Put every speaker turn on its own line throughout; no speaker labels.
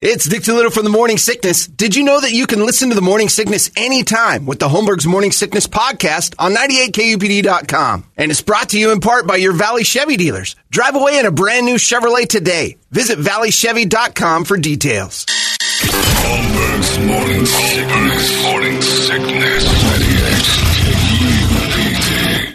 It's Dick Little from the Morning Sickness. Did you know that you can listen to the Morning Sickness anytime with the Holmberg's Morning Sickness podcast on 98kupd.com? And it's brought to you in part by your Valley Chevy dealers. Drive away in a brand new Chevrolet today. Visit valleychevy.com for details.
Holmberg's morning sickness. Morning sickness. 98 KUPD.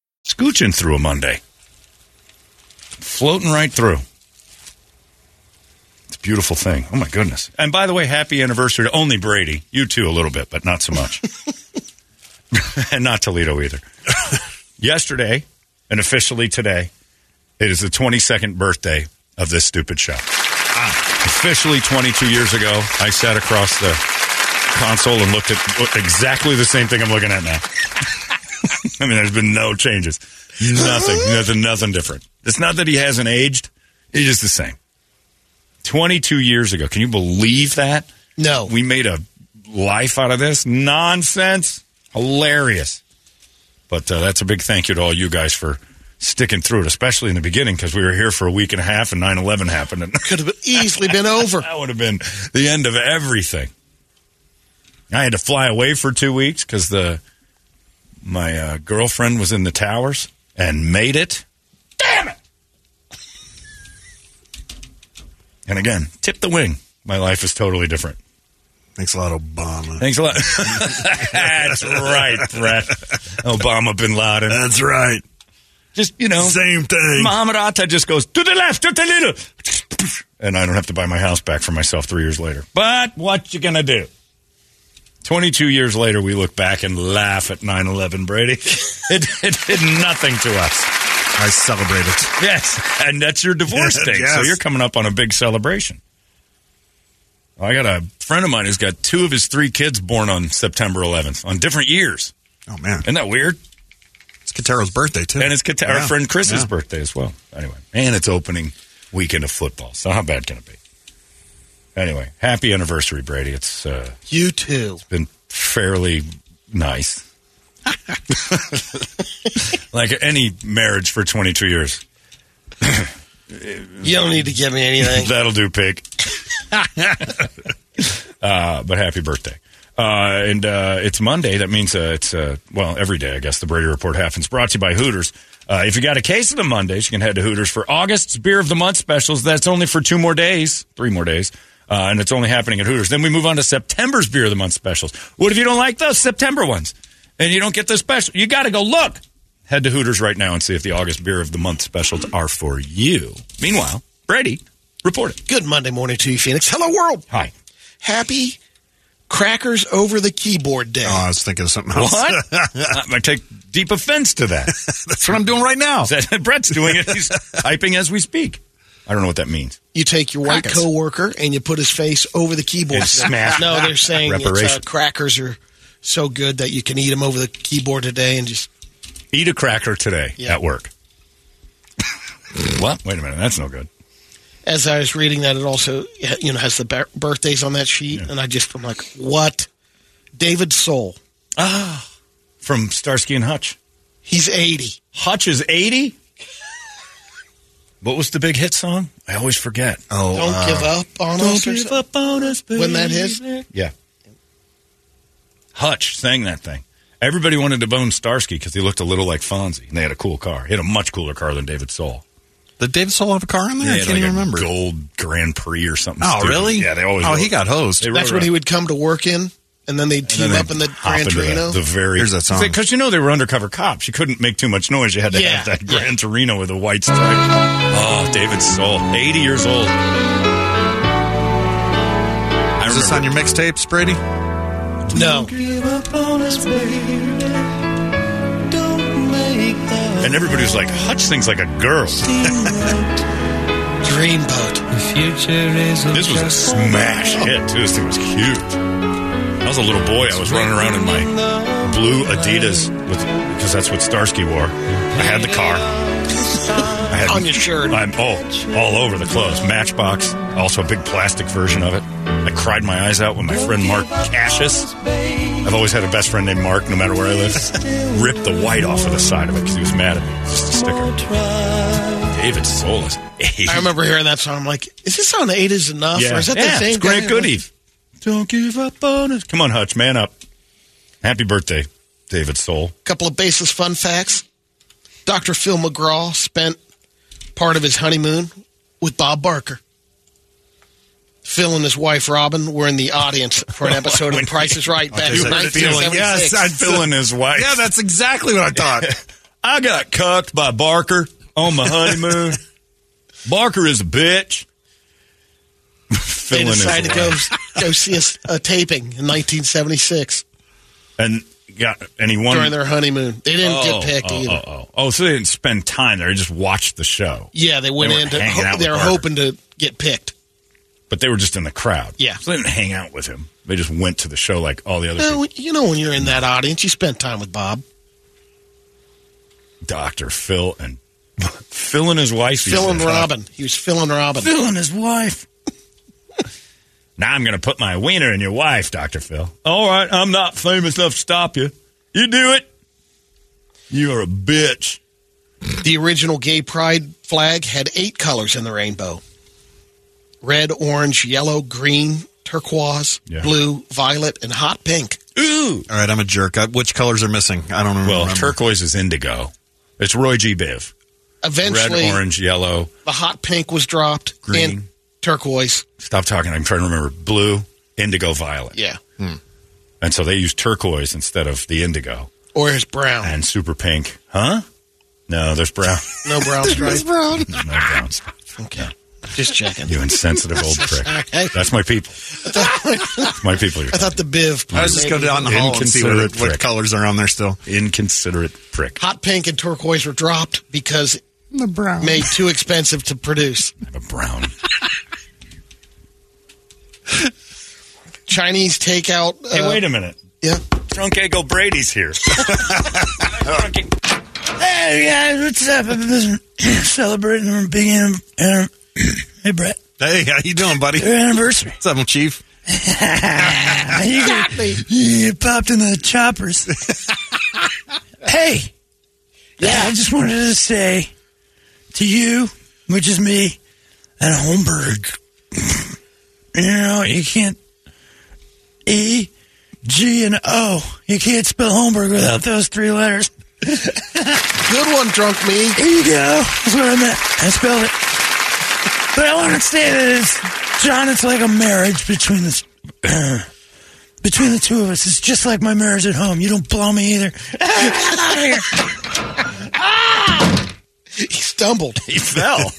scooching through a Monday. Floating right through. It's a beautiful thing. Oh my goodness. And by the way, happy anniversary to only Brady. You too a little bit, but not so much. and not Toledo either. Yesterday, and officially today, it is the 22nd birthday of this stupid show. Ah, officially 22 years ago, I sat across the console and looked at exactly the same thing I'm looking at now. I mean, there's been no changes. Nothing. Nothing. Nothing different. It's not that he hasn't aged. He's just the same. 22 years ago. Can you believe that?
No.
We made a life out of this. Nonsense. Hilarious. But uh, that's a big thank you to all you guys for sticking through it, especially in the beginning because we were here for a week and a half and 9 11 happened. And
Could have easily been over.
that would have been the end of everything. I had to fly away for two weeks because the my uh, girlfriend was in the towers and made it. Damn it! and again, tip the wing. My life is totally different.
Thanks a lot, Obama.
Thanks a lot. That's right, Brett. Obama bin Laden.
That's right.
Just you know,
Same thing.
Mohammed Atta just goes to the left, to the little, and I don't have to buy my house back for myself three years later. But what you gonna do? Twenty-two years later, we look back and laugh at 9-11, Brady. It, it did nothing to us.
I celebrate it.
Yes, and that's your divorce
Yes,
date, so
yes.
you're coming up on a big celebration. I got a friend of mine who's got two of his three kids born on September 11th, on different years.
Oh, man.
Isn't that weird?
It's Katero's birthday, too.
And it's Kata- our
Yeah.
friend Chris's
Yeah.
birthday as well. Anyway, and it's opening weekend of football. So how bad can it be? Anyway, happy anniversary, Brady. It's uh,
You too.
been fairly nice. like any marriage for 22 years.
You don't need to give me anything.
That'll do, pig. uh, but happy birthday. Uh, and uh, it's Monday. That means uh, it's, uh, well, every day, I guess, the Brady Report happens. Brought to you by Hooters. Uh, if you got a case of the Mondays, you can head to Hooters for August's Beer of the Month specials. That's only for two more days, three more days. Uh, and it's only happening at Hooters. Then we move on to September's Beer of the Month specials. What if you don't like those September ones and you don't get the special? You got to go look. Head to Hooters right now and see if the August Beer of the Month specials are for you. Meanwhile, Brady, report it.
Good Monday morning to you, Phoenix. Hello, world.
Hi.
Happy Crackers Over the Keyboard Day.
Uh,
Oh, I was thinking of something else.
I, I take deep offense to that.
That's what I'm doing right now.
Is that- Brett's doing it. He's typing as we speak. I don't know what that means.
you take your white
Crackers.
coworker and you put his face over the keyboard.
And smash
No, they're saying it's, uh,
Reparation.
crackers are so good that you can eat them over the keyboard today and just
Eat a cracker today
Yeah.
at work. what? Wait a minute. That's no good.
as I was reading that, it also you know has the bir- birthdays on that sheet, and I just I'm like, what? David Soul,
From Starsky and Hutch.
he's 80.
Hutch is 80? What was the big hit song? I always forget.
Oh,
Don't
uh,
give up on us. or something.
up on us,
When that hits?
baby. Yeah. Hutch sang that thing. Everybody wanted to bone Starsky because he looked a little like Fonzie, and they had a cool car. He had a much cooler car than David Soul.
Did David Soul have a car in there?
They
I
had like
can't even
a
remember.
Gold Grand Prix or something.
Oh,
stupid.
really?
Yeah, they always.
Oh,
rode-
he got hosed.
They rode
That's when
around.
he would come to work in, and then they'd
And then
team up
they'd
in the
hop
Grand
into
Torino.
The, the very
Here's that song.
because you know they were undercover cops. You couldn't make too much noise. You had to
Yeah.
have that Grand Torino with a white stripe. Oh, David Soul, eighty years old. I
Is this
remember-
on your mixtapes, Brady?
no,
And everybody was like, Hutch sings like a girl.
Dreamboat.
This was a smash hit, too. This thing was huge. I was a little boy. I was running around in my blue Adidas with because that's what Starsky wore. I had the car. I had,
On your shirt.
I'm oh, all over the clothes. Matchbox, also a big plastic version of it. I cried my eyes out when my friend Mark Cassius. I've always had a best friend named Mark, no matter where I live. ripped the white off of the side of it because he was mad at me. It's Just a sticker. David Solis.
I remember hearing that song. I'm like, is this on Eight Is Enough? Or is that the
yeah,
same
it's Grant
guy?
Goody. Don't give up on us. Come on, Hutch, man up. Happy birthday, David Soul.
couple of basis fun facts. Dr. Phil McGraw spent part of his honeymoon with Bob Barker. Phil and his wife Robin were in the audience for
Oh,
an episode of The Price is Right back in
there's that feeling.
1976.
Yes, I-
Filling his wife.
Yeah, that's exactly what I thought.
I got cucked by Barker on my honeymoon. Barker is a bitch.
they
Filling
decided to go,
wife.
go see a, a taping in 1976
and got and he won.
during their honeymoon. They didn't get picked
oh,
either.
Oh, oh, oh, so they didn't spend time there. They just watched the show.
Yeah, they went
They were
in. To,
hanging out
ho-
with
they were
Barker.
hoping to get picked.
but they were just in the crowd.
Yeah.
So they didn't hang out with him. They just went to the show like all the other
Well,
people.
you know, when you're in that audience, you spent time with Bob.
Dr. Phil and Phil and his wife.
Phil and
He's-
Robin. He was Phil and Robin.
Phil and his wife. now I'm going to put my wiener in your wife, Dr. Phil. All right, I'm not famous enough to stop you. You do it. You are a bitch.
The original gay pride flag had eight colors in the rainbow red, orange, yellow, green, turquoise,
Yeah.
blue, violet, and hot pink.
Ooh.
All right, I'm a jerk. I, which colors are missing? I don't remember.
Well, turquoise is indigo. It's Roy G. Biv. Red,
Eventually,
orange, yellow.
the hot pink was dropped.
Green.
And turquoise.
Stop talking. I'm trying to remember. Blue, indigo, violet.
Yeah.
And so they used turquoise instead of the indigo
Or is brown.
and super pink. Huh? No, there's brown.
no brown stripe.
brown.
There's no brown.
okay. Just checking.
You insensitive old prick.
Hey,
That's my people. That's my people. You're
I thought the biv.
I was just going down the hall and see
Inconsiderate
what, what
prick.
colors are on there still.
inconsiderate prick.
Hot pink and turquoise were dropped because
The brown.
made too expensive to produce.
I'm a brown.
Chinese takeout. Uh,
Hey, wait a minute.
Yeah.
Drunk Egg Brady's here. Drunk Egg- hey, guys, what's up? I've been celebrating our big an- an- Hey, Brett,
Hey, how you doing, buddy?
your anniversary.
What's up, Chief?
you got me. You popped in the choppers. hey, yeah, I just wanted to say to you, which is me, and Holmberg, you know, you can't E, G, and O. You can't spell Holmberg without those three letters.
Good one, drunk me.
Here you go. That's what I meant. I spelled it. But I want to say that it's John. It's like a marriage between us. between the two of us, it's just like my marriage at home. You don't blow me either.
He stumbled.
He fell.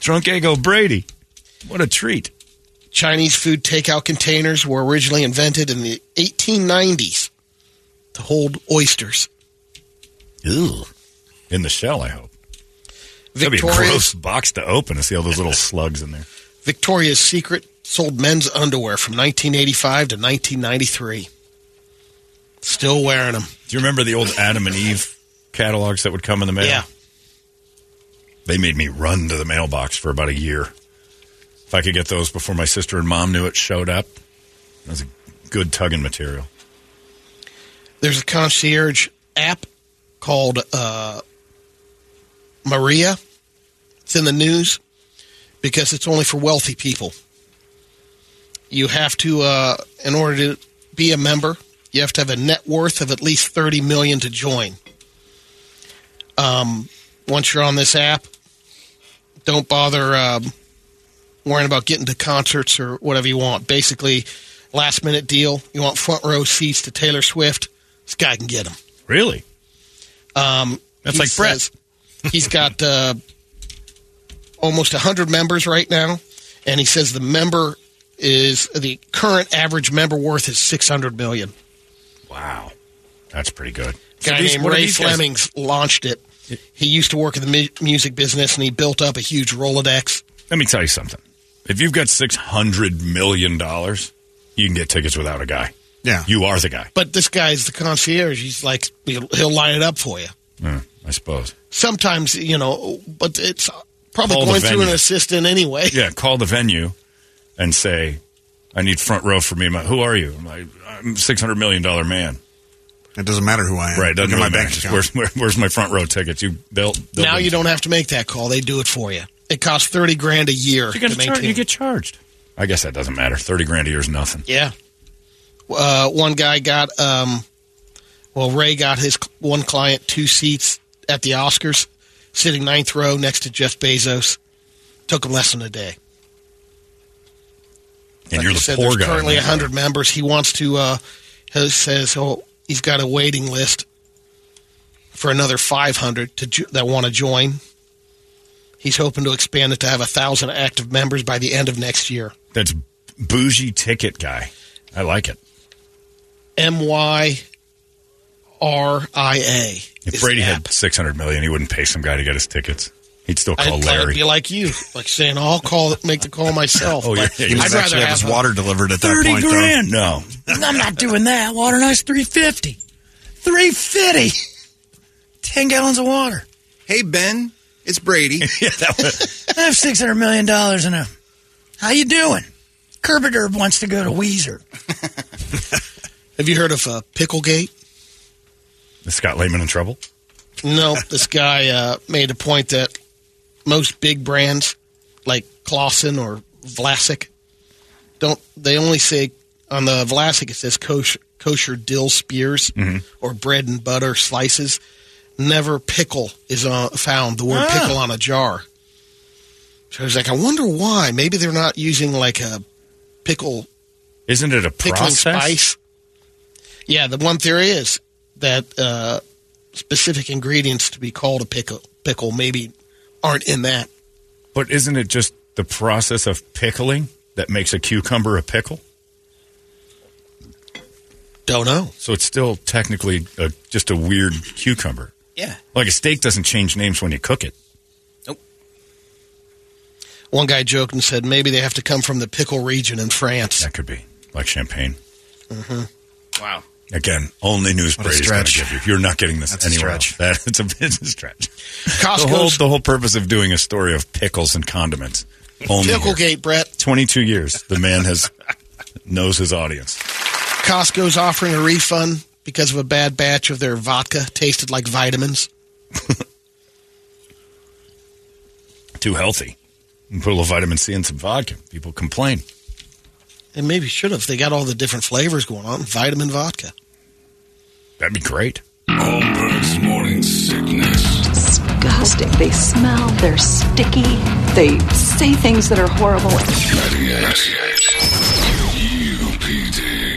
Drunk Ego Brady. What a treat.
Chinese food takeout containers were originally invented in the 1890s to hold oysters.
Ew. In the shell, I hope.
Victoria's,
box to open to see all those little slugs in there.
Victoria's Secret sold men's underwear from 1985 to 1993. Still wearing them.
Do you remember the old Adam and Eve catalogs that would come in the mail? They made me run to the mailbox for about a year. If I could get those before my sister and mom knew it showed up, that was a good tugging material.
There's a concierge app called uh, Maria. It's in the news because it's only for wealthy people. You have to, uh, in order to be a member, you have to have a net worth of at least thirty million to join. Um, once you're on this app, don't bother um, worrying about getting to concerts or whatever you want. Basically, last minute deal. You want front row seats to Taylor Swift? This guy can get them.
Really? That's
He
like Brett.
says he's got uh, almost 100 members right now, and he says the member is the current average member worth is 600 million.
Wow. That's pretty good.
A guy
So these-
named
what are
Ray
these guys-
Flemings launched it. He used to work in the mu- music business, and he built up a huge Rolodex.
Let me tell you something. If you've got six hundred million dollars, you can get tickets without a guy.
Yeah.
You are the guy.
But this guy's the concierge. He's like he'll, he'll line it up for you.
Mm, I suppose.
Sometimes you know, but it's probably
Call the
going through an
venue.
assistant anyway.
Yeah, call the venue and say, "I need front row for me." and My, who are you? I'm like, I'm six hundred million dollar man.
It doesn't matter who I am.
Right? Doesn't really
Look at my
matter.
bank
Just
account.
Where's, where, where's my front row tickets? You they'll, they'll
Now you don't have to make that call. They do it for you. It costs thirty grand a year
You get,
to
char-
maintain.
you get charged. I guess that doesn't matter. Thirty grand a year is nothing.
yeah. Uh, one guy got um, well, Ray got his cl- one client two seats at the Oscars, sitting ninth row next to Jeff Bezos. Took him less than a day.
And
Like
you're
I
the
said,
poor
there's
guy.
currently
in that
100 members. He wants to, uh, he says, oh, he's got a waiting list for another 500 to ju- that want to join. He's hoping to expand it to have 1,000 active members by the end of next year.
row. That's bougie ticket guy. I like it.
M Y R I A.
If
is
Brady
the
had
app.
six hundred million, he wouldn't pay some guy to get his tickets. He'd still
I'd
call
probably
Larry.
be like you, like saying, I'll call, make the call myself.
Oh, yeah,
Like,
yeah,
He
yeah.
must
I'd rather
actually have
have
his
a-
water delivered at that
30
point,
grand.
no,
I'm not doing that. Water and ice, 350. 350. 10 gallons of water.
Hey, Ben, it's Brady.
I have $600 million in a. How you doing? Kerbiderb wants to go to Weezer.
Have you heard of uh, Picklegate?
is Scott Lehman in trouble?
No, this guy uh, made a point that most big brands like Clausen or Vlasic don't. They only say on the Vlasic it says kosher, kosher dill spears or bread and butter slices. Never pickle is on, found the word pickle on a jar. So I was like, I wonder why. Maybe they're not using like a pickle
Isn't it a
pickling
process?
spice. Yeah, the one theory is that uh, specific ingredients to be called a pickle, pickle maybe aren't in that.
But isn't it just the process of pickling that makes a cucumber a pickle?
Don't know.
So it's still technically a, just a weird cucumber.
Yeah.
Like a steak doesn't change names when you cook it.
One guy joked and said maybe they have to come from the pickle region in France.
That could be like champagne. Mm-hmm. Wow. Again, only news
What a
Brady's going to
stretch.
give you. You're not getting this
That's a
anywhere
stretch.
else. That, it's a business stretch. The whole,
Costco's
the whole purpose of doing a story of pickles and condiments. Only here.
Picklegate, Brett.
22 years, the man has knows his audience.
Costco's offering a refund because of a bad batch of their vodka tasted like vitamins.
Too healthy. And put a little vitamin C in some vodka. People complain.
They maybe should have. They got all the different flavors going on. Vitamin vodka.
That'd be great.
Holmberg's morning sickness.
disgusting. They smell, they're sticky, they say things that are horrible.
98. QPD.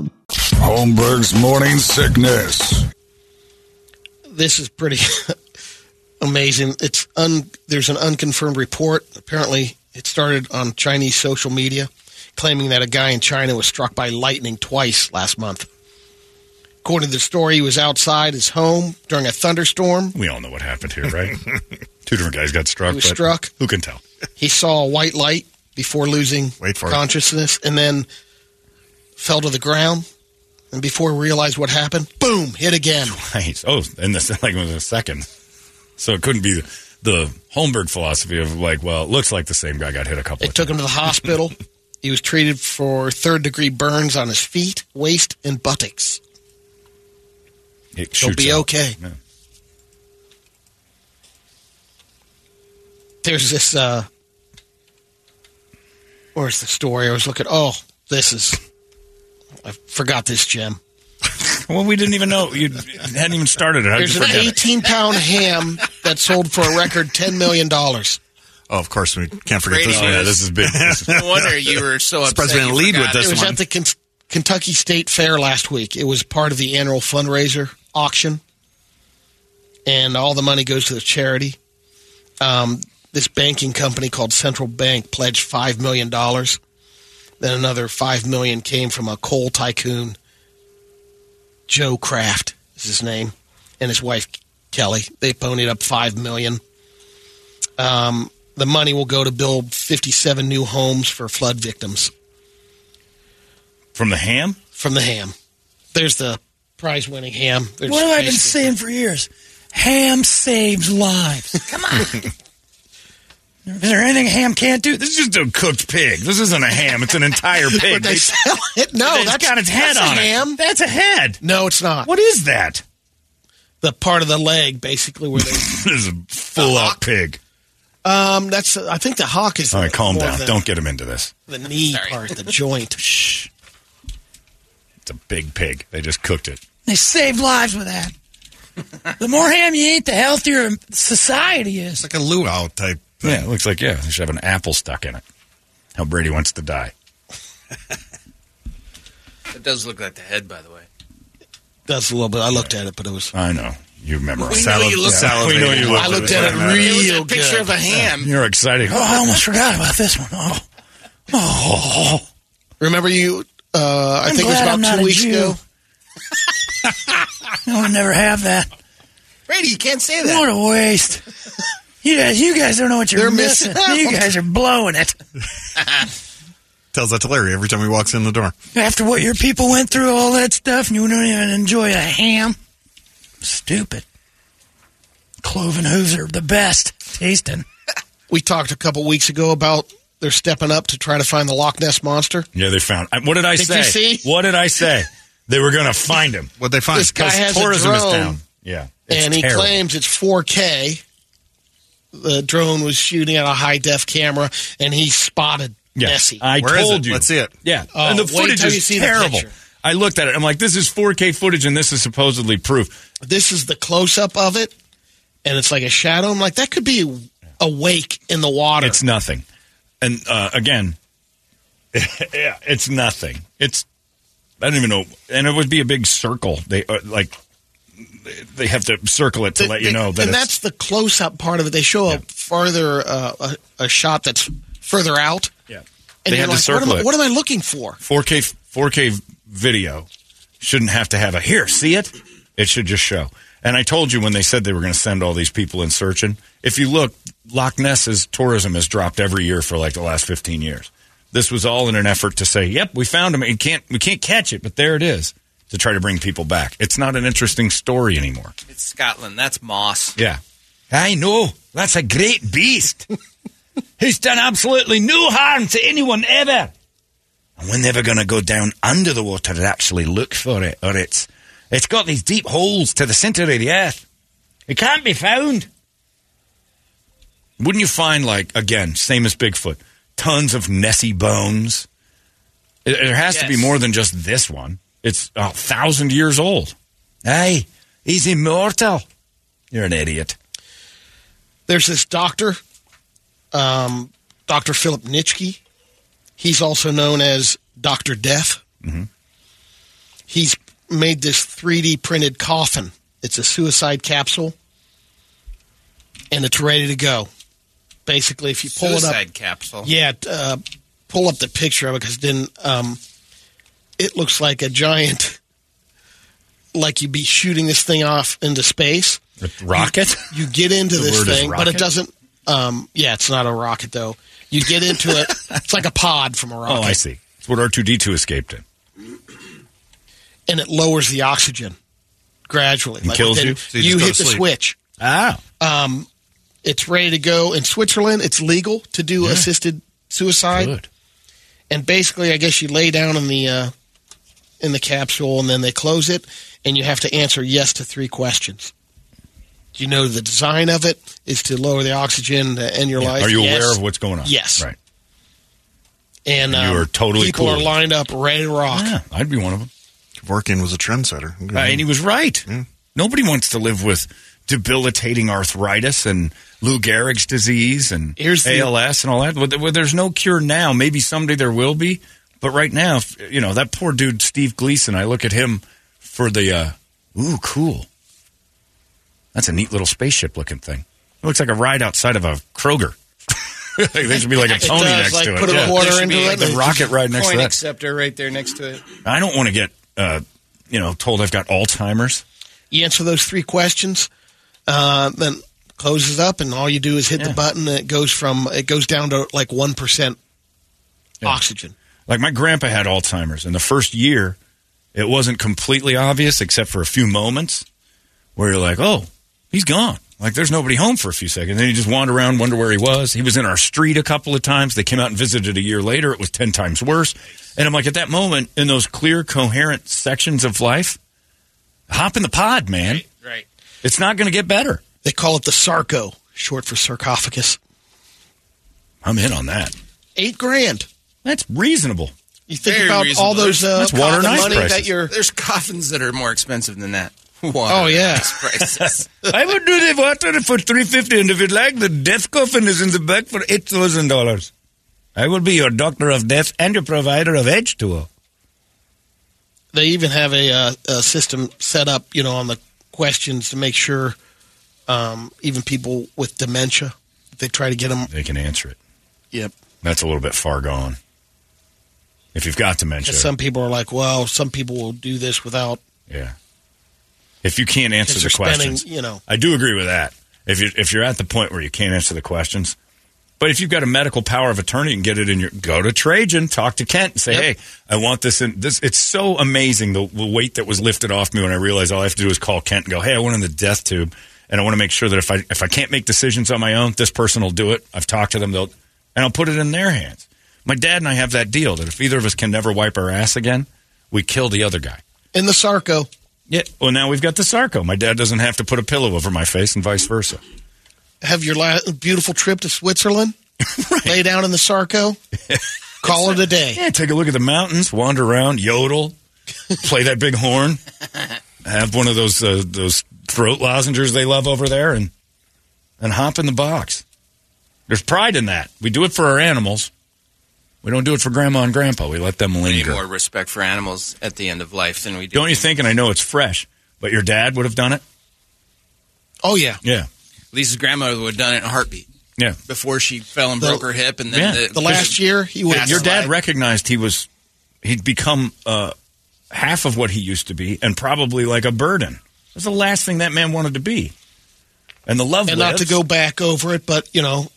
Holmberg's morning sickness.
this is pretty amazing. It's un, there's an unconfirmed report. Apparently, it started on Chinese social media, claiming that a guy in China was struck by lightning twice last month. According to the story, he was outside his home during a thunderstorm.
We all know what happened here, right? Two different guys got struck.
He was
but
struck.
Who can tell?
He saw a white light before losing
Wait for it.
consciousness, and then fell to the ground. And before he realized what happened, boom! Hit again.
Right. Oh, and the like was a second. So it couldn't be the, the Holmberg philosophy of like, well, it looks like the same guy got hit a couple
They
of
took him to the hospital. he was treated for third degree burns on his feet, waist, and buttocks.
times. It
He'll
shoots
be
out.
okay.
Yeah.
There's this. Uh, where's the story? I was looking. Oh, this is. I forgot this gem.
Well, we didn't even know. You hadn't even started it. How'd
There's
you
an
forget it?
18 pound ham that that sold for a record $10 million. It
Oh, of course, we can't forget this
Radio
one.
is-
yeah, this is big. This is-
No wonder you were so upset.
Surprised we
you
didn't lead with
forgot
this
it.
was
one.
at the Ken- Kentucky State Fair last week. It was part of the annual fundraiser auction, and all the money goes to the charity. Um, this banking company called Central Bank pledged $5 million. Then another $5 million came from a coal tycoon, Joe Kraft is his name, and his wife, Kelly. They ponied up $5 million. Um, the money will go to build 57 new homes for flood victims
From the ham?
from the ham. There's the prize winning ham. There's
What have I been
basically-
saying for years? Ham saves lives. Come on. Is there anything ham can't do? This
This is just a cooked pig. This isn't a ham. It's an entire pig.
Would they sell it? No,
has
that's
got its head
that's
on
a ham.
it. That's a head.
No, it's not.
What is that?
The part of the leg, basically, where they.
This is a full out pig.
um, that's. I think the hawk is.
All right, calm
more
down.
The,
Don't get him into this.
the knee
Sorry.
part, the joint. Shh.
It's a big pig. They just cooked it.
They saved lives with that. The more ham you eat, the healthier society is.
It's like a luau type. Thing.
Yeah, it looks like, yeah, they should have an apple stuck in it. How Brady wants to die.
It does look like the head, by the way.
That's a little bit. I looked at it, but it was.
I know. You remember.
We know you looked-
We know you
I looked at it
It
real
was a
good.
picture of a ham.
You're excited.
Oh, I almost forgot about this one. Oh, oh.
Remember you? Uh, I
I'm
think it was
glad
about
I'm not
two
a
weeks
Jew.
ago.
I would never have that.
Brady, you can't say that.
What a waste. You guys, you guys don't know what you're
They're
missing.
missing out.
You guys are blowing it.
Tells that to Larry every time he walks in the door.
After what your people went through, all that stuff, and you don't even enjoy a ham. Stupid. Cloven hooves are the best tasting.
We talked a couple weeks ago about they're stepping up to try to find the Loch Ness monster.
Yeah, they found. I- What did I
Did
say?
you see?
What did I say? They were going to find him.
What'd they find?
This guy has a
tourism is
drone.
down. Yeah. It's
and he
terrible.
claims it's 4K. The drone was shooting at a high def camera, and he spotted
Yeah.
Nessie.
I
Where is
told
it?
you.
Let's see it.
Yeah.
Oh,
and the
wait
footage
till
is
you see the
terrible.
picture.
I looked at it. I'm like, this is 4K footage, and this is supposedly proof.
this is the close up of it, and it's like a shadow. I'm like, that could be a wake in the water.
It's nothing. And uh, again, yeah, it's nothing. It's I don't even know. And it would be a big circle. They uh, like they have to circle it to
The-
let you
the-
know that
and
it's,
that's the close up part of it. They show a farther uh, a, a shot that's further out.
yeah.
And
They
you're
had to
like, what am,
circle
I-
it.
what am I looking for?
4K 4K video shouldn't have to have a here, see it? It should just show. And I told you when they said they were going to send all these people in searching. If you look, Loch Ness's tourism has dropped every year for like the last 15 years. This was all in an effort to say, "Yep, we found him. It can't we can't catch it, but there it is." To try to bring people back. It's not an interesting story anymore.
It's Scotland. That's moss.
Yeah. I know. That's a great beast. He's done absolutely no harm to anyone ever. And we're never going to go down under the water to actually look for it, or it's it's got these deep holes to the center of the earth. It can't be found. Wouldn't you find, like, again, same as Bigfoot, tons of Nessie bones? It- There has to be
Yes.
more than just this one. It's a thousand years old. Hey, he's immortal. You're an idiot.
there's this doctor, um, Dr. Philip Nitschke. He's also known as Dr. Death.
Mm-hmm.
He's made this 3D printed coffin. It's a suicide capsule, and it's ready to go. Basically, if you pull it up,
Suicide capsule.
yeah, t- uh, pull up the picture of it because then um, it looks like a giant, like you'd be shooting this thing off into space.
Rocket?
You get into this
word is
thing, but
rocket?
it doesn't. Um, yeah, it's not a rocket though. You get into it. it's like a pod from a rocket,
Oh, I see. It's what R2D2 escaped in.
and it lowers the oxygen gradually.
And kills
within-
you? So
you just go
hit
to
the
sleep.
switch.
Ah.
It's ready to go in Switzerland. It's legal to do assisted suicide.
Good.
and basically, I guess you lay down in the uh, in the capsule, and then they close it, and you have to answer yes to three questions. You know, the design of it is to lower the oxygen to end your life.
Are you
Yes.
aware of what's going on?
Yes.
Right.
And
you
um,
are totally
people
cool
are
with
lined up, ready to rock.
Yeah, I'd be one of them.
Working was a trendsetter.
Uh, and he was right. Nobody wants to live with debilitating arthritis and Lou Gehrig's disease and ALS and all that. Well, th- well, there's no cure now. Maybe someday there will be, but right now, if- you know that poor dude Steve Gleason. I look at him for the uh, ooh, cool. That's a neat little spaceship looking thing. It looks like a ride outside of a Kroger. Like, there should be like a
It
Tony
does,
next
like,
to it.
put a
yeah.
quarter
There should
into
be,
it
like, The
and-
rocket ride next
Coin
to that.
acceptor right there next to it.
I don't want to get, uh, you know, told I've got Alzheimer's.
You answer those three questions, uh, then closes up, and all you do is hit the button. And it goes from it goes down to like one percent oxygen.
Like my grandpa had Alzheimer's, and the first year, it wasn't completely obvious, except for a few moments where you're like, "Oh, he's gone." Like there's nobody home for a few seconds, then you just wander around, wonder where he was. He was in our street a couple of times. They came out and visited a year later. It was ten times worse, and I'm like, at that moment, in those clear, coherent sections of life, hop in the pod, man.
Right.
It's not going to get better.
They call it the sarco, short for sarcophagus.
I'm in on that.
Eight grand.
That's reasonable.
You think
Very
about
reasonable.
all those uh,
That's water and
the
ice
money
prices.
that you're.
There's coffins that are more expensive than that. Water
Oh, yeah.
ice prices.
I would do the water for three fifty, and if you'd like, the death coffin is in the back for eight thousand dollars. I will be your doctor of death and your provider of H two O.
They even have a, uh, a system set up, you know, on the questions to make sure um, even people with dementia, they try to get them.
They can answer it.
Yep.
That's a little bit far gone. If you've got dementia,
Because some people are like, well, some people will do this without
yeah. If you can't answer
because
the
they're spending,
questions,
you know.
I do agree with that. If you if you're at the point where you can't answer the questions, but if you've got a medical power of attorney and get it in your go to Trajan, talk to Kent and say,
Yep.
"Hey, I want this in this it's so amazing the, the weight that was lifted off me when I realized all I have to do is call Kent and go, "Hey, I went in the death tube and I want to make sure that if I if I can't make decisions on my own, this person will do it. I've talked to them, they'll and I'll put it in their hands." My dad and I have that deal that if either of us can never wipe our ass again, we kill the other guy.
In the sarco,
Yeah. Well, now we've got the sarco. My dad doesn't have to put a pillow over my face, and vice versa.
have your la- beautiful trip to Switzerland, lay down in the sarco, call it a day.
Yeah, take a look at the mountains, wander around, yodel, play that big horn, have one of those uh, those throat lozenges they love over there, and and hop in the box. There's pride in that. We do it for our animals. We don't do it for grandma and grandpa. We let them
We need
linger.
more respect for animals at the end of life than we do.
Don't you think? And I know it's fresh, but your dad would have done it.
Oh, yeah.
Yeah,
Lisa's grandmother would have done it in a heartbeat
yeah.
before she fell and
The-
broke her hip, and then
Yeah.
The last year, he was.
your dad recognized he was he'd become uh, half of what he used to be and probably like a burden it was the last thing that man wanted to be and the love
and not to
lives.
go back over it, but you know,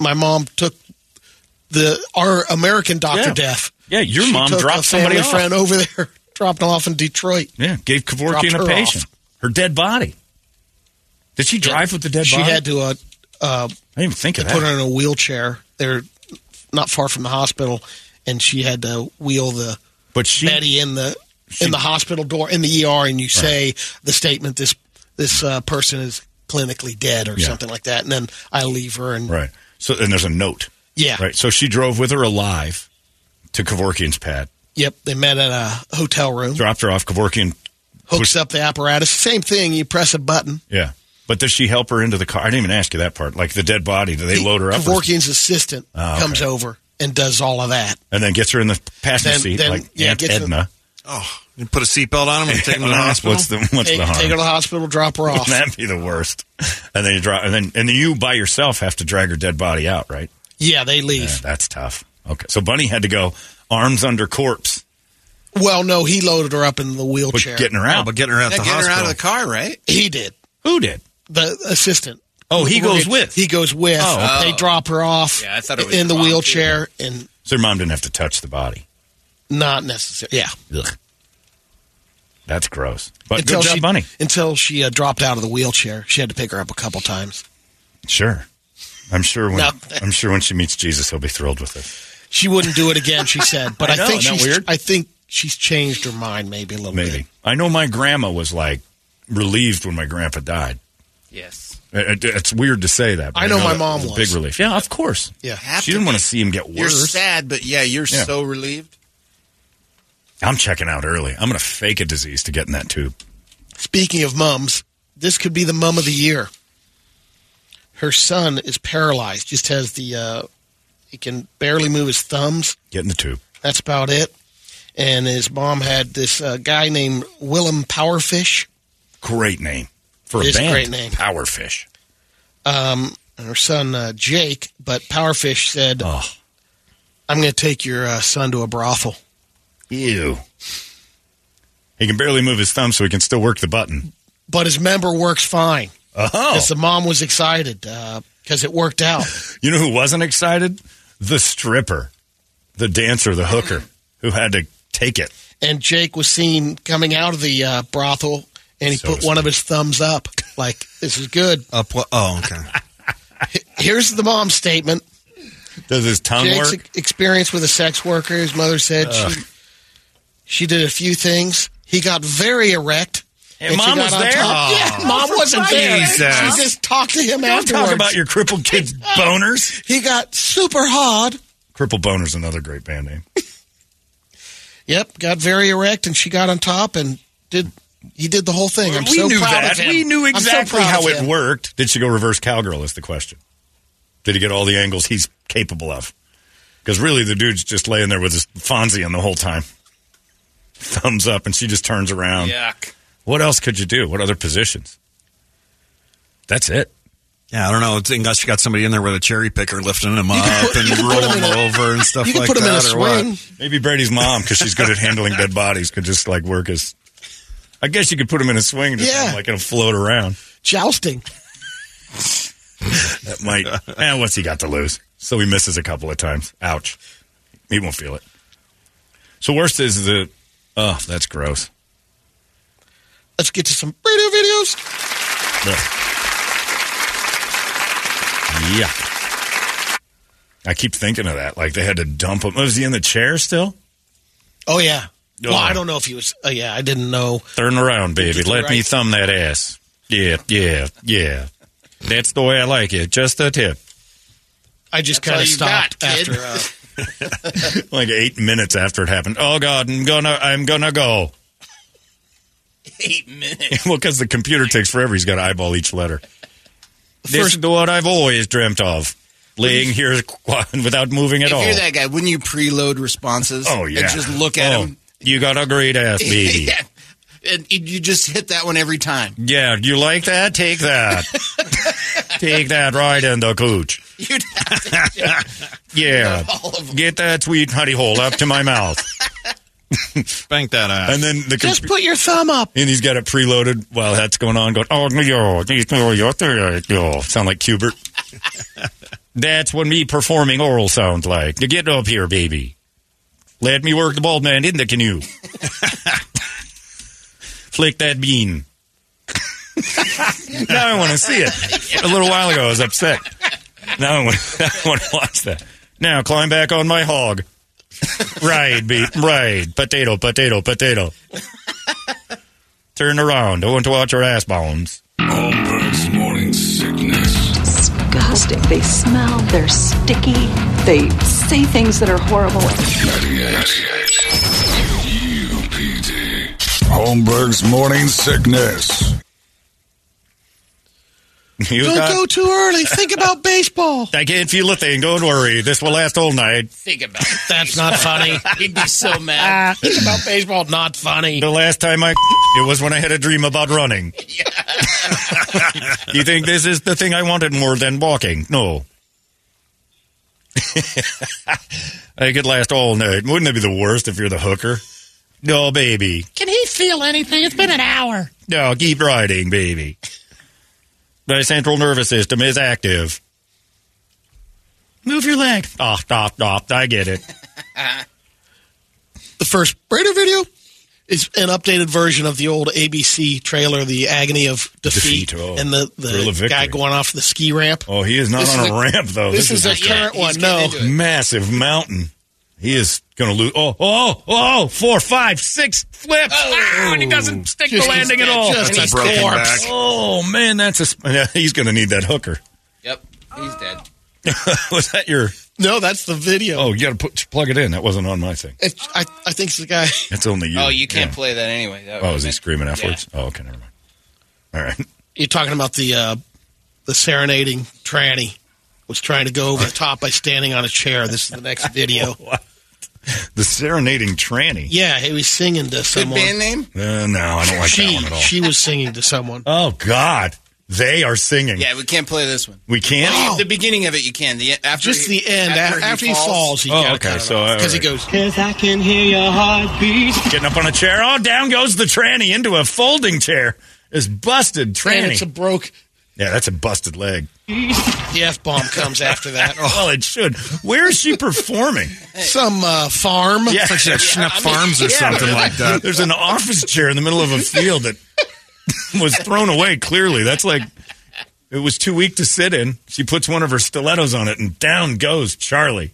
my mom took the our American Doctor
Yeah.
Death.
Yeah, your
She
mom
took
dropped
a family
somebody off.
friend over there, dropped off in Detroit.
yeah gave
Dropped
Kevorkian a
her
patient
off.
her dead body did she drive with the dead
she
body
had to uh, uh,
i didn't even think of that
put her in a wheelchair. They're not far from the hospital, and she had to wheel the
but she
Betty in the in the hospital door in the ER, and you say the statement this this uh, person is clinically dead or
Yeah.
something like that, and then I leave her and
right so and there's a note
yeah,
right so she drove with her alive to Kevorkian's pad
yep, they met at a hotel room.
dropped her off Kevorkian
hooks up the apparatus. Same thing. You press a button.
yeah but does she help her into the car? I didn't even ask you that part. Like the dead body, do they load her up? or-
Kevorkian's assistant
Oh, okay.
comes over and does all of that.
and then gets her in the passenger
Then-
seat
then,
like
yeah,
Aunt
gets her-
Edna.
Oh, you put a seatbelt on him and take him to the hospital.
what's the what's
Take,
the harm?
take her to the hospital, drop her off.
Wouldn't that be the worst? And then you draw, and then and then you by yourself have to drag her dead body out, right?
yeah, they
Yeah,
leave.
that's tough. Okay, so Bunny had to go arms under corpse,
Well, no, he loaded her up in the
but
wheelchair.
getting her out.
but getting her out
That
the
get her
hospital.
out of the car, right?
he did.
who did?
The assistant.
Oh, he goes
Kevorkian-
with.
He goes with.
Oh,
They drop her off
Yeah, I thought it was
in the
your mom, too.
wheelchair and
So your mom didn't have to touch the body.
not necessary. Yeah.
Ugh. That's gross. But
until
good job,
she,
Bunny.
Until she uh, dropped out of the wheelchair. She had to pick her up a couple times.
Sure, I'm sure when
No.
I'm sure when she meets Jesus, he'll be thrilled with it.
She wouldn't do it again, she said. But
I
I,
know,
think
isn't that
she's
weird?
I think she's changed her mind maybe a little bit.
Maybe I know my grandma was like relieved when my grandpa died.
Yes.
It- it- It's weird to say that. but
I know my
that
mom
a
was.
big relief. Yeah, of course.
Yeah.
Have
she
to
didn't want
be.
to see him get
You're
worse.
sad, but yeah, you're
Yeah.
so relieved.
I'm checking out early. I'm going to fake a disease to get in that tube.
Speaking of mums, this could be the mum of the year. Her son is paralyzed; just has the uh, he can barely move his thumbs.
Get in the tube.
That's about it. And his mom had this uh, guy named Willem Powerfish.
Great name for a
It's a
band.
great name.
Powerfish.
Um, and her son uh, Jake, but Powerfish said, "I'm going to take your uh, son to a brothel."
Ew. He can barely move his thumb, so he can still work the button.
But his member works fine.
Oh.
'Cause the mom was excited because it worked out.
You know who wasn't excited? The stripper, the dancer, the hooker who had to take it.
and Jake was seen coming out of the uh, brothel, and he
So
put
to
one of his thumbs up, like "This is good."
Up. Oh, okay.
Here's the mom's statement.
Does his tongue
Jake's
work?
ex- experience with a sex worker. His mother said she
Ugh.
she did a few things. He got very erect.
Hey,
and she
mom
got
was
on
there?
top.
Oh.
Yeah, mom wasn't there.
Jesus.
She just talked to him
Don't
afterwards.
talk about your crippled kids boners.
he got super hard.
Crippled boners, another great band name.
Yep, got very erect, and she got on top and did. He did the whole thing. I'm
we
so
knew
proud
that.
of him.
We knew
I'm so
exactly
proud of
how it
him.
worked. Did she go reverse cowgirl? Is the question. Did he get all the angles he's capable of? Because really, the dude's just laying there with his Fonzie on the whole time, thumbs up, and she just turns around.
Yuck.
What else could you do? What other positions? That's it.
Yeah, I don't know. It's- Unless you got somebody in there with a cherry picker lifting him up
put- you
and
can put
rolling
him
him
in a-
over and stuff
You can
like
put him in a
that, or what?
swing.
Maybe Brady's mom, because she's good at handling dead bodies, could just like work as. I guess you could put him in a swing and just have
Yeah.
him, like it'll float around.
jousting.
That might. and Eh, what's he got to lose? So he misses a couple of times. Ouch. He won't feel it. So worst is the. Oh, that's gross.
Let's get to some radio videos.
Ugh. Yeah. I keep thinking of that. Like they had to dump him. Was he in the chair still?
Oh yeah. Well,
Oh.
I don't know if he was. Uh, yeah, I didn't know.
Turn around, baby.
Just
Let me
right.
thumb that ass. Yeah, yeah, yeah. That's the way I like it. Just a tip.
I just
That's
kind
all
of
you
stopped
got, kid.
after. Uh,
Like eight minutes after it happened. Oh God, I'm gonna, I'm gonna go.
Eight minutes.
well, because the computer takes forever. He's got to eyeball each letter. this
First-
is what I've always dreamt of: laying here qu- without moving at
If
all.
you're that guy, wouldn't you preload responses?
oh yeah,
And just look at
Oh,
them.
You got a great ass, baby.
yeah. And it- you just hit that one every time.
yeah, you like that? Take that. Take that right in the cooch.
You'd
Yeah,
all of 'em.
get that sweet honey hole up to my mouth,
Bank that ass.
and then the
just
compu-
put your thumb up.
and he's got it preloaded while that's going on. Going, oh no, yo, geez, no, yo, there, yo." sound like Cubert. that's what me performing oral sounds like. You get up here, baby. Let me work the bald man in the canoe. Flick that bean. now I want to see it. A little while ago, I was upset. Now I want, I want to watch that. Now climb back on my hog. Right, beat, right. Potato, potato, potato. Turn around. I want to watch your ass bones.
Holmberg's morning sickness.
Disgusting. They smell, they're sticky, they say things that are horrible.
98. UPD. Holmberg's morning sickness.
You
Don't
got-
go too early. Think about baseball.
I can't feel a thing. Don't worry. This will last all night.
think about it.
That's not funny.
He'd be so mad.
Think about baseball. Not funny.
The last time I it was when I had a dream about running. you think this is the thing I wanted more than walking? No. I could last all night. Wouldn't it be the worst if you're the hooker? No, baby.
Can he feel anything? It's been an hour.
No, keep riding, baby. My central nervous system is active.
Move your leg.
Ah, stop, stop. I get it.
The first radio video is an updated version of the old ABC trailer, "The Agony of Defeat,",
Defeat, oh.
and the
Thrill of
the
victory.
guy going off the ski ramp.
Oh, he is not
This
on
is
a,
a-
ramp though.
this is a
yet.
current
He's
one.
getting
No,
into it.
Oh, massive mountain. He is going to lose. Oh, oh, oh, four, five, six flips.
Oh,
Ah, and he doesn't stick the
Just-
landing at
yeah,
all.
just
He's
a
broken
corpse.
back.
Oh, man, that's a. sp- Yeah, He's going to need that hooker.
Yep. He's dead.
Was that your.
No, that's the video.
Oh, you got to put plug it in. That wasn't on my thing.
It's, I I think it's the guy.
That's only you.
Oh, you can't
Yeah.
play that anyway. That
Oh,
was
is he
meant-
screaming
Yeah.
afterwards? Oh, okay, never mind. All right.
You're talking about the uh, the serenading tranny was trying to go over the top by standing on a chair. This is the next video.
The serenading tranny.
Yeah, he was singing to someone.
name?
Uh, no, I don't like
she
that one at all.
she was singing to someone.
oh God, they are singing.
Yeah, Oh, we can't play this one.
We can't.
Well, you- The beginning of it, you can. The e-, after
Just the end after, after he, falls. he
Oh, okay, so, all
because he
right.
goes.
Cause I can hear your heartbeat.
Getting up on a chair. Oh, down goes the tranny into a folding chair. This busted
Man,
tranny.
it's a broke.
yeah, that's a busted leg.
The f bomb comes after that.
Well, it should. Where is she performing?
Some uh, farm.
Yeah.
It's like Schnepp Farms or something like that.
There's an office chair in the middle of a field that was thrown away, clearly. That's like it was too weak to sit in. She puts one of her stilettos on it, and down goes Charlie.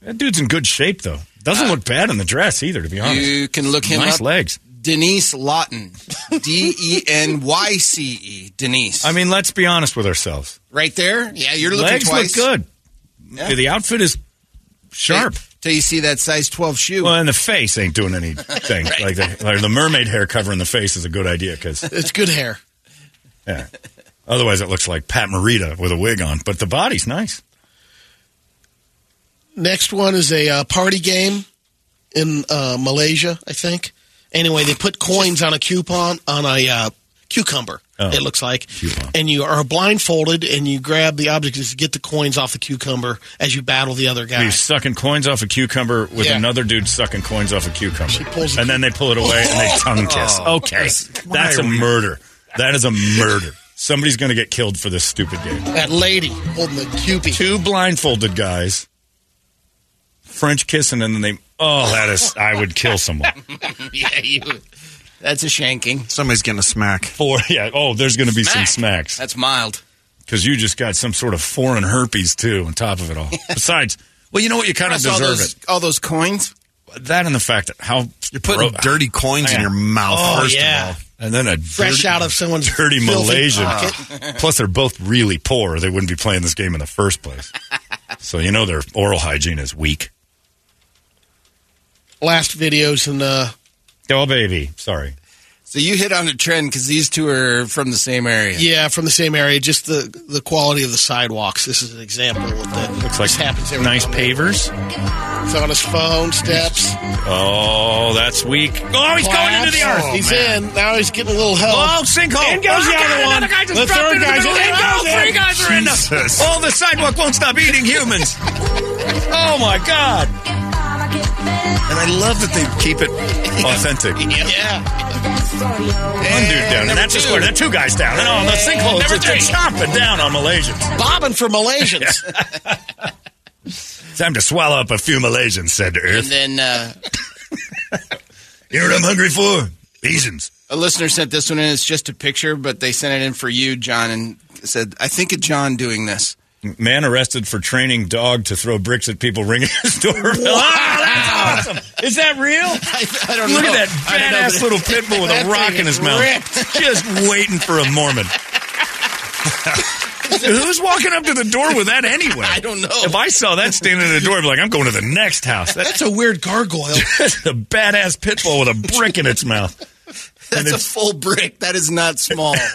That dude's in good shape, though. Doesn't look bad in the dress either, to be honest.
You can look him
nice
up.
legs.
Denise Lawton, D E N Y C E, Denise.
I mean, let's be honest with ourselves.
right there. Yeah, you're looking
legs
twice.
look good. The outfit is sharp.
Till you see that size 12 shoe.
Well, and the face ain't doing anything. like, the, like the mermaid hair covering the face is a good idea because
It's good hair.
Yeah. Otherwise, it looks like Pat Morita with a wig on. But the body's nice.
Next one is a uh, party game in uh, Malaysia, I think. Anyway, they put coins on a coupon on a uh, cucumber.
Oh.
It looks like,
Coupon.
and you are blindfolded, and you grab the object is to get the coins off the cucumber as you battle the other guy.
He's sucking coins off a cucumber with
Yeah.
another dude sucking coins off a cucumber.
pulls a
and then they pull it away and
Oh.
they tongue kiss. Okay. That's a murder. That is a murder. Somebody's going to get killed for this stupid game.
That lady holding the cupie.
Two blindfolded guys, French kissing, and then they. Oh, that is. I would kill someone.
yeah, you. That's a shanking.
Somebody's getting a smack.
Or, yeah. Oh, there's going to be some
Smack.
smacks.
That's mild.
Because you just got some sort of foreign herpes, too, on top of it all. Besides, well, you know what? You kind of
all
deserve it.
those, all those coins.
that and the fact that how
You're putting dirty coins in your mouth
Oh,
first
yeah.
of all, and then a
fresh
dirty-
out of someone's
dirty
filthy
Malaysian.
pocket.
Plus, they're both really poor. or They wouldn't be playing this game in the first place. so you know their oral hygiene is weak.
Last videos and uh,
Oh baby, sorry.
So you hit on a trend because these two are from the same area.
yeah, from the same area. Just the the quality of the sidewalks. This is an example of that.
Looks like
this happens every
nice
now and then.
pavers.
It's on his phone steps.
Oh, that's weak. Oh, he's going into the
Collapse.
earth.
He's in. Now he's getting a little help.
Oh, sinkhole.
In goes the other one. The third guy's in. In goes in.
Oh, guys are
Jesus.
Oh, the sidewalk won't stop eating humans. oh, my God. And I love that they keep it authentic.
Yeah.
One dude down, and that's a square. That two guys down, and all the sinkholes
Number
are just chomping down on Malaysians.
Bobbing for Malaysians.
Time to swallow up a few Malaysians, said
And
Earth.
then uh,
You know what I'm hungry for? Asians.
a listener sent this one in. It's just a picture, but they sent it in for you, John, and said, "I think of John doing this."
Man arrested for training dog to throw bricks at people ringing his doorbell. Wow, that's awesome. Is that real?
I, I don't
Look
know.
at that
I don't know,
badass
but-
little pit bull with
That
a rock
thing
in his
is
mouth,
ripped.
just waiting for a Mormon. Who's walking up to the door with that anyway?
I don't know.
If I saw that standing at the door, I'd be like, I'm going to the next house. That-
That's a weird gargoyle.
That's a badass pit bull with a brick in its mouth.
That's a full brick. That is not small.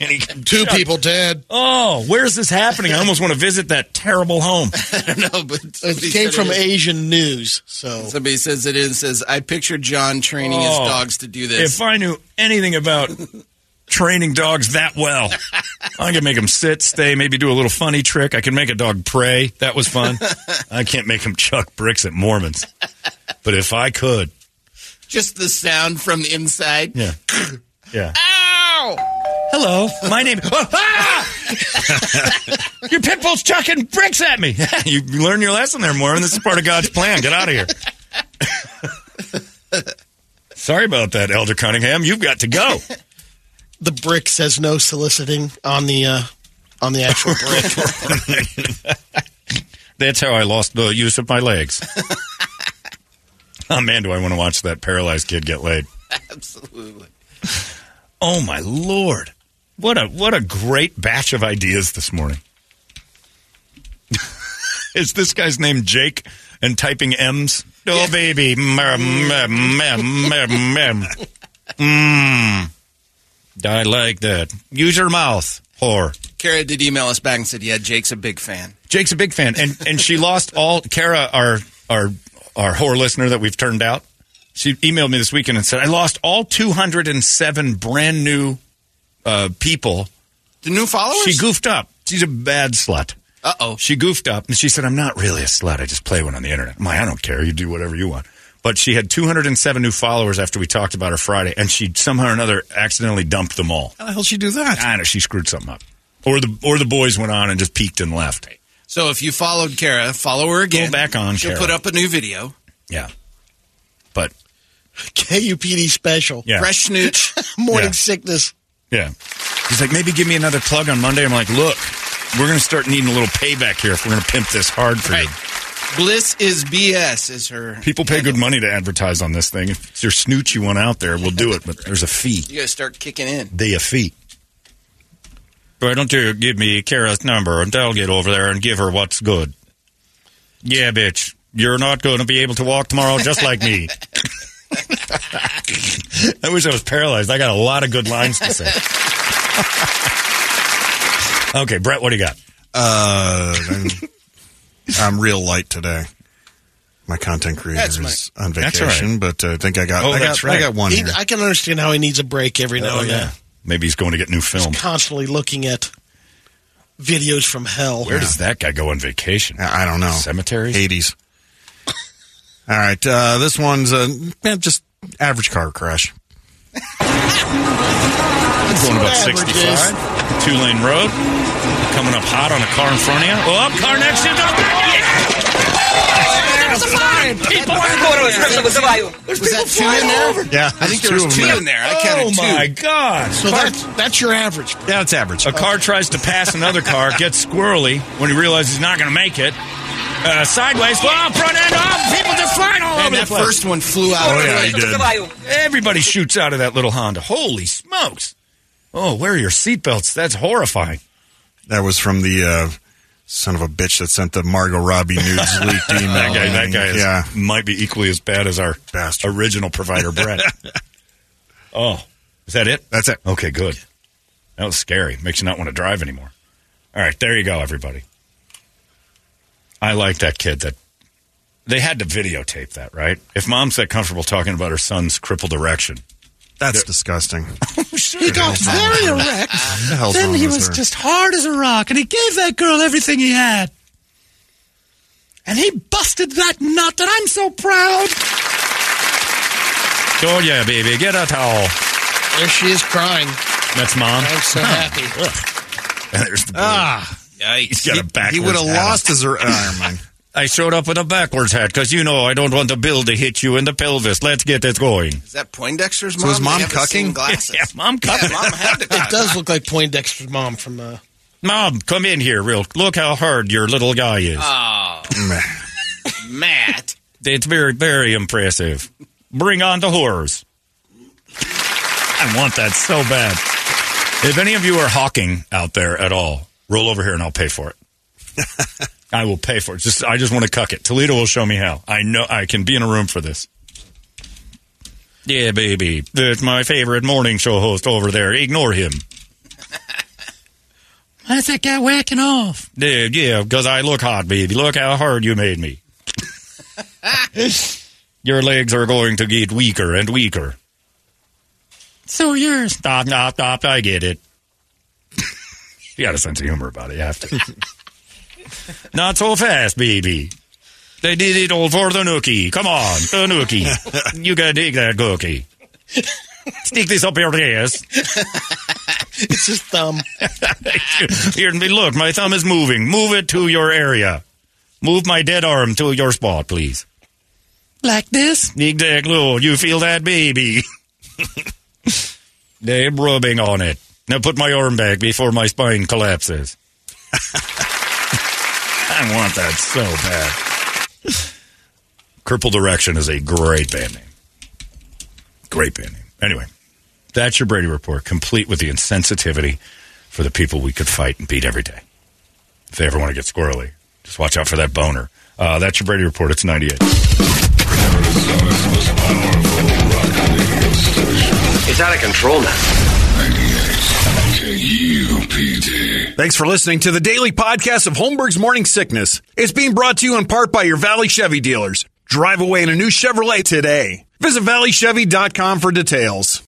And he-
Two people dead.
oh, where is this happening? I almost want to visit that terrible home.
I don't know, but
It
somebody
came
said
from
is.
Asian news. So
Somebody says it in. Says I picture John training his
Oh,
dogs to do this.
If I knew anything about training dogs that well, I could make them sit, stay, maybe do a little funny trick. I can make a dog pray. That was fun. I can't make him chuck bricks at Mormons. But if I could,
Just the sound from the inside.
yeah. Yeah. Hello, my name. Ah! your pit bull's chucking bricks at me. you learn your lesson there, Mormon. This is part of God's plan. Get out of here. Sorry about that, Elder Cunningham. You've got to go.
the brick says no soliciting on the uh, on the actual brick.
That's how I lost the use of my legs. oh man, do I want to watch that paralyzed kid get laid?
Absolutely.
Oh my lord. What a what a great batch of ideas this morning. Is this guy's name Jake and typing M's? Oh baby. Mm, mm, mm, mm, mm, mm. Mmm. I like that. Use your mouth, whore.
Kara did email us back and said, "Yeah, Jake's a big fan."
Jake's a big fan, and and she lost all. Kara, our our our whore listener that we've turned out, she emailed me this weekend and said I lost all 207 brand new uh, people.
The new followers.
She goofed up. She's a bad slut.
Uh oh.
She goofed up and she said, "I'm not really a slut. I just play one on the internet." I'm like, "I don't care. You do whatever you want." But she had 207 new followers after we talked about her Friday, and she somehow or another accidentally dumped them all.
How the hell she do that?
I know she screwed something up, or the or the boys went on and just peeked and left.
So if you followed Kara, follow her again.
Go back on
She'll
Kara.
put up a new video.
Yeah. But
KUPD special.
Yeah.
Fresh snooch.
Morning
Yeah.
sickness.
yeah, he's like, maybe give me another plug on Monday. I'm like, look, we're going to start needing a little payback here if we're going to pimp this hard for you.
Bliss is BS is her.
People pay good money to advertise on this thing. If it's your snoochy one out there, we'll do it. But there's a fee.
You gotta start kicking in.
They a fee. Why don't you give me Kara's number and I'll get over there and give her what's good? Yeah, bitch. You're not going to be able to walk tomorrow just like me. I wish I was paralyzed. I got a lot of good lines to say. okay, Brett, what do you got?
Uh, I'm, I'm real light today. My content creator
That's my-
is on
That's all right.
vacation, but uh, I think I got.
Oh,
I
that's
got.
right.
I got one.
He-
here.
I can understand how he needs a break every
Oh,
Oh,
now and then.
Maybe he's going to get new film.
Constantly looking at videos from hell.
Where does that guy go on vacation?
I I don't know.
Cemeteries?
Eighties. All right, uh, this one's uh, eh, just average car crash.
I'm going about
Averages.
65. Two lane road. Coming up hot on a car in front of you. Oh, up, car next to you. Don't
Was that two in there?
Yeah,
I think there was two in there. I
Oh
counted two.
my God.
So that's, that's your average.
Yeah, it's average.
A car tries to pass another car, gets squirrely when he realizes he's not going to make it. Uh, sideways, well, front end off, people just flying all
And
over the
that
place.
first one flew out.
Oh, yeah, he did. Everybody shoots out of that little Honda. Holy smokes. Oh, where are your seatbelts? That's horrifying.
That was from the uh, son of a bitch that sent the Margot Robbie nudes leaked email.
That guy, that guy is,
yeah.
might be equally as bad as our
Bastard.
original provider, Brett. oh, is that it?
That's it.
Okay, good. That was scary. Makes you not want to drive anymore. All right, there you go, everybody. I like that kid. That they had to videotape that, right? If mom's that comfortable talking about her son's crippled erection,
That's disgusting.
He got very erect.
The hell's
then
wrong
he
with
was
her?
just hard as a rock, and he gave that girl everything he had. And he busted that nut, and I'm so proud.
oh yeah, baby, get a towel.
There she is crying.
That's mom.
I'm so happy.
There's the boy.
ah,
He's got a backwards.
he would have
hat on.
lost his. Er- Iron Man.
I showed up with a backwards hat because you know I don't want the bill to hit you in the pelvis. Let's get this going.
Is that Poindexter's mom?
So is mom
They have the same
cucking?
Glasses.
Yeah, mom cucking.
Yeah, mom had to
It
cuck.
does look like Poindexter's mom from uh,
Mom, come in here, real. Look how hard your little guy is.
Matt.
It's very, very impressive. Bring on the horrors. I want that so bad. If any of you are hawking out there at all, roll over here and I'll pay for it. I will pay for it. Just I just want to cuck it. Toledo will show me how. I know I can be in a room for this. Yeah, baby. That's my favorite morning show host over there. Ignore him.
Why's that guy whacking off?
Dude, yeah, because I look hot, baby. Look how hard you made me. Your legs are going to get weaker and weaker.
So are yours.
Stop, stop, stop. I get it. you got a sense of humor about it. You have to. Not so fast, baby. They did it all for the nookie. Come on, the nookie. you gotta dig that cookie. Stick this up your ass.
it's his thumb.
Here, look, my thumb is moving. Move it to your area. Move my dead arm to your spot, please.
Like this?
Exactly. Oh, you feel that, baby? They're rubbing on it. Now put my arm back before my spine collapses. I want that so bad. Crippled Erection is a great band name. Great band name. Anyway, that's your Brady Report, complete with the insensitivity for the people we could fight and beat every day. If they ever want to get squirrely, just watch out for that boner. Uh, that's your Brady Report. It's 98.
Arizona's most powerful rock radio station.
It's out of control now.
Thanks for listening to the daily podcast of Holmberg's Morning Sickness. It's being brought to you in part by your Valley Chevy dealers. Drive away in a new Chevrolet today. Visit valleychevy.com for details.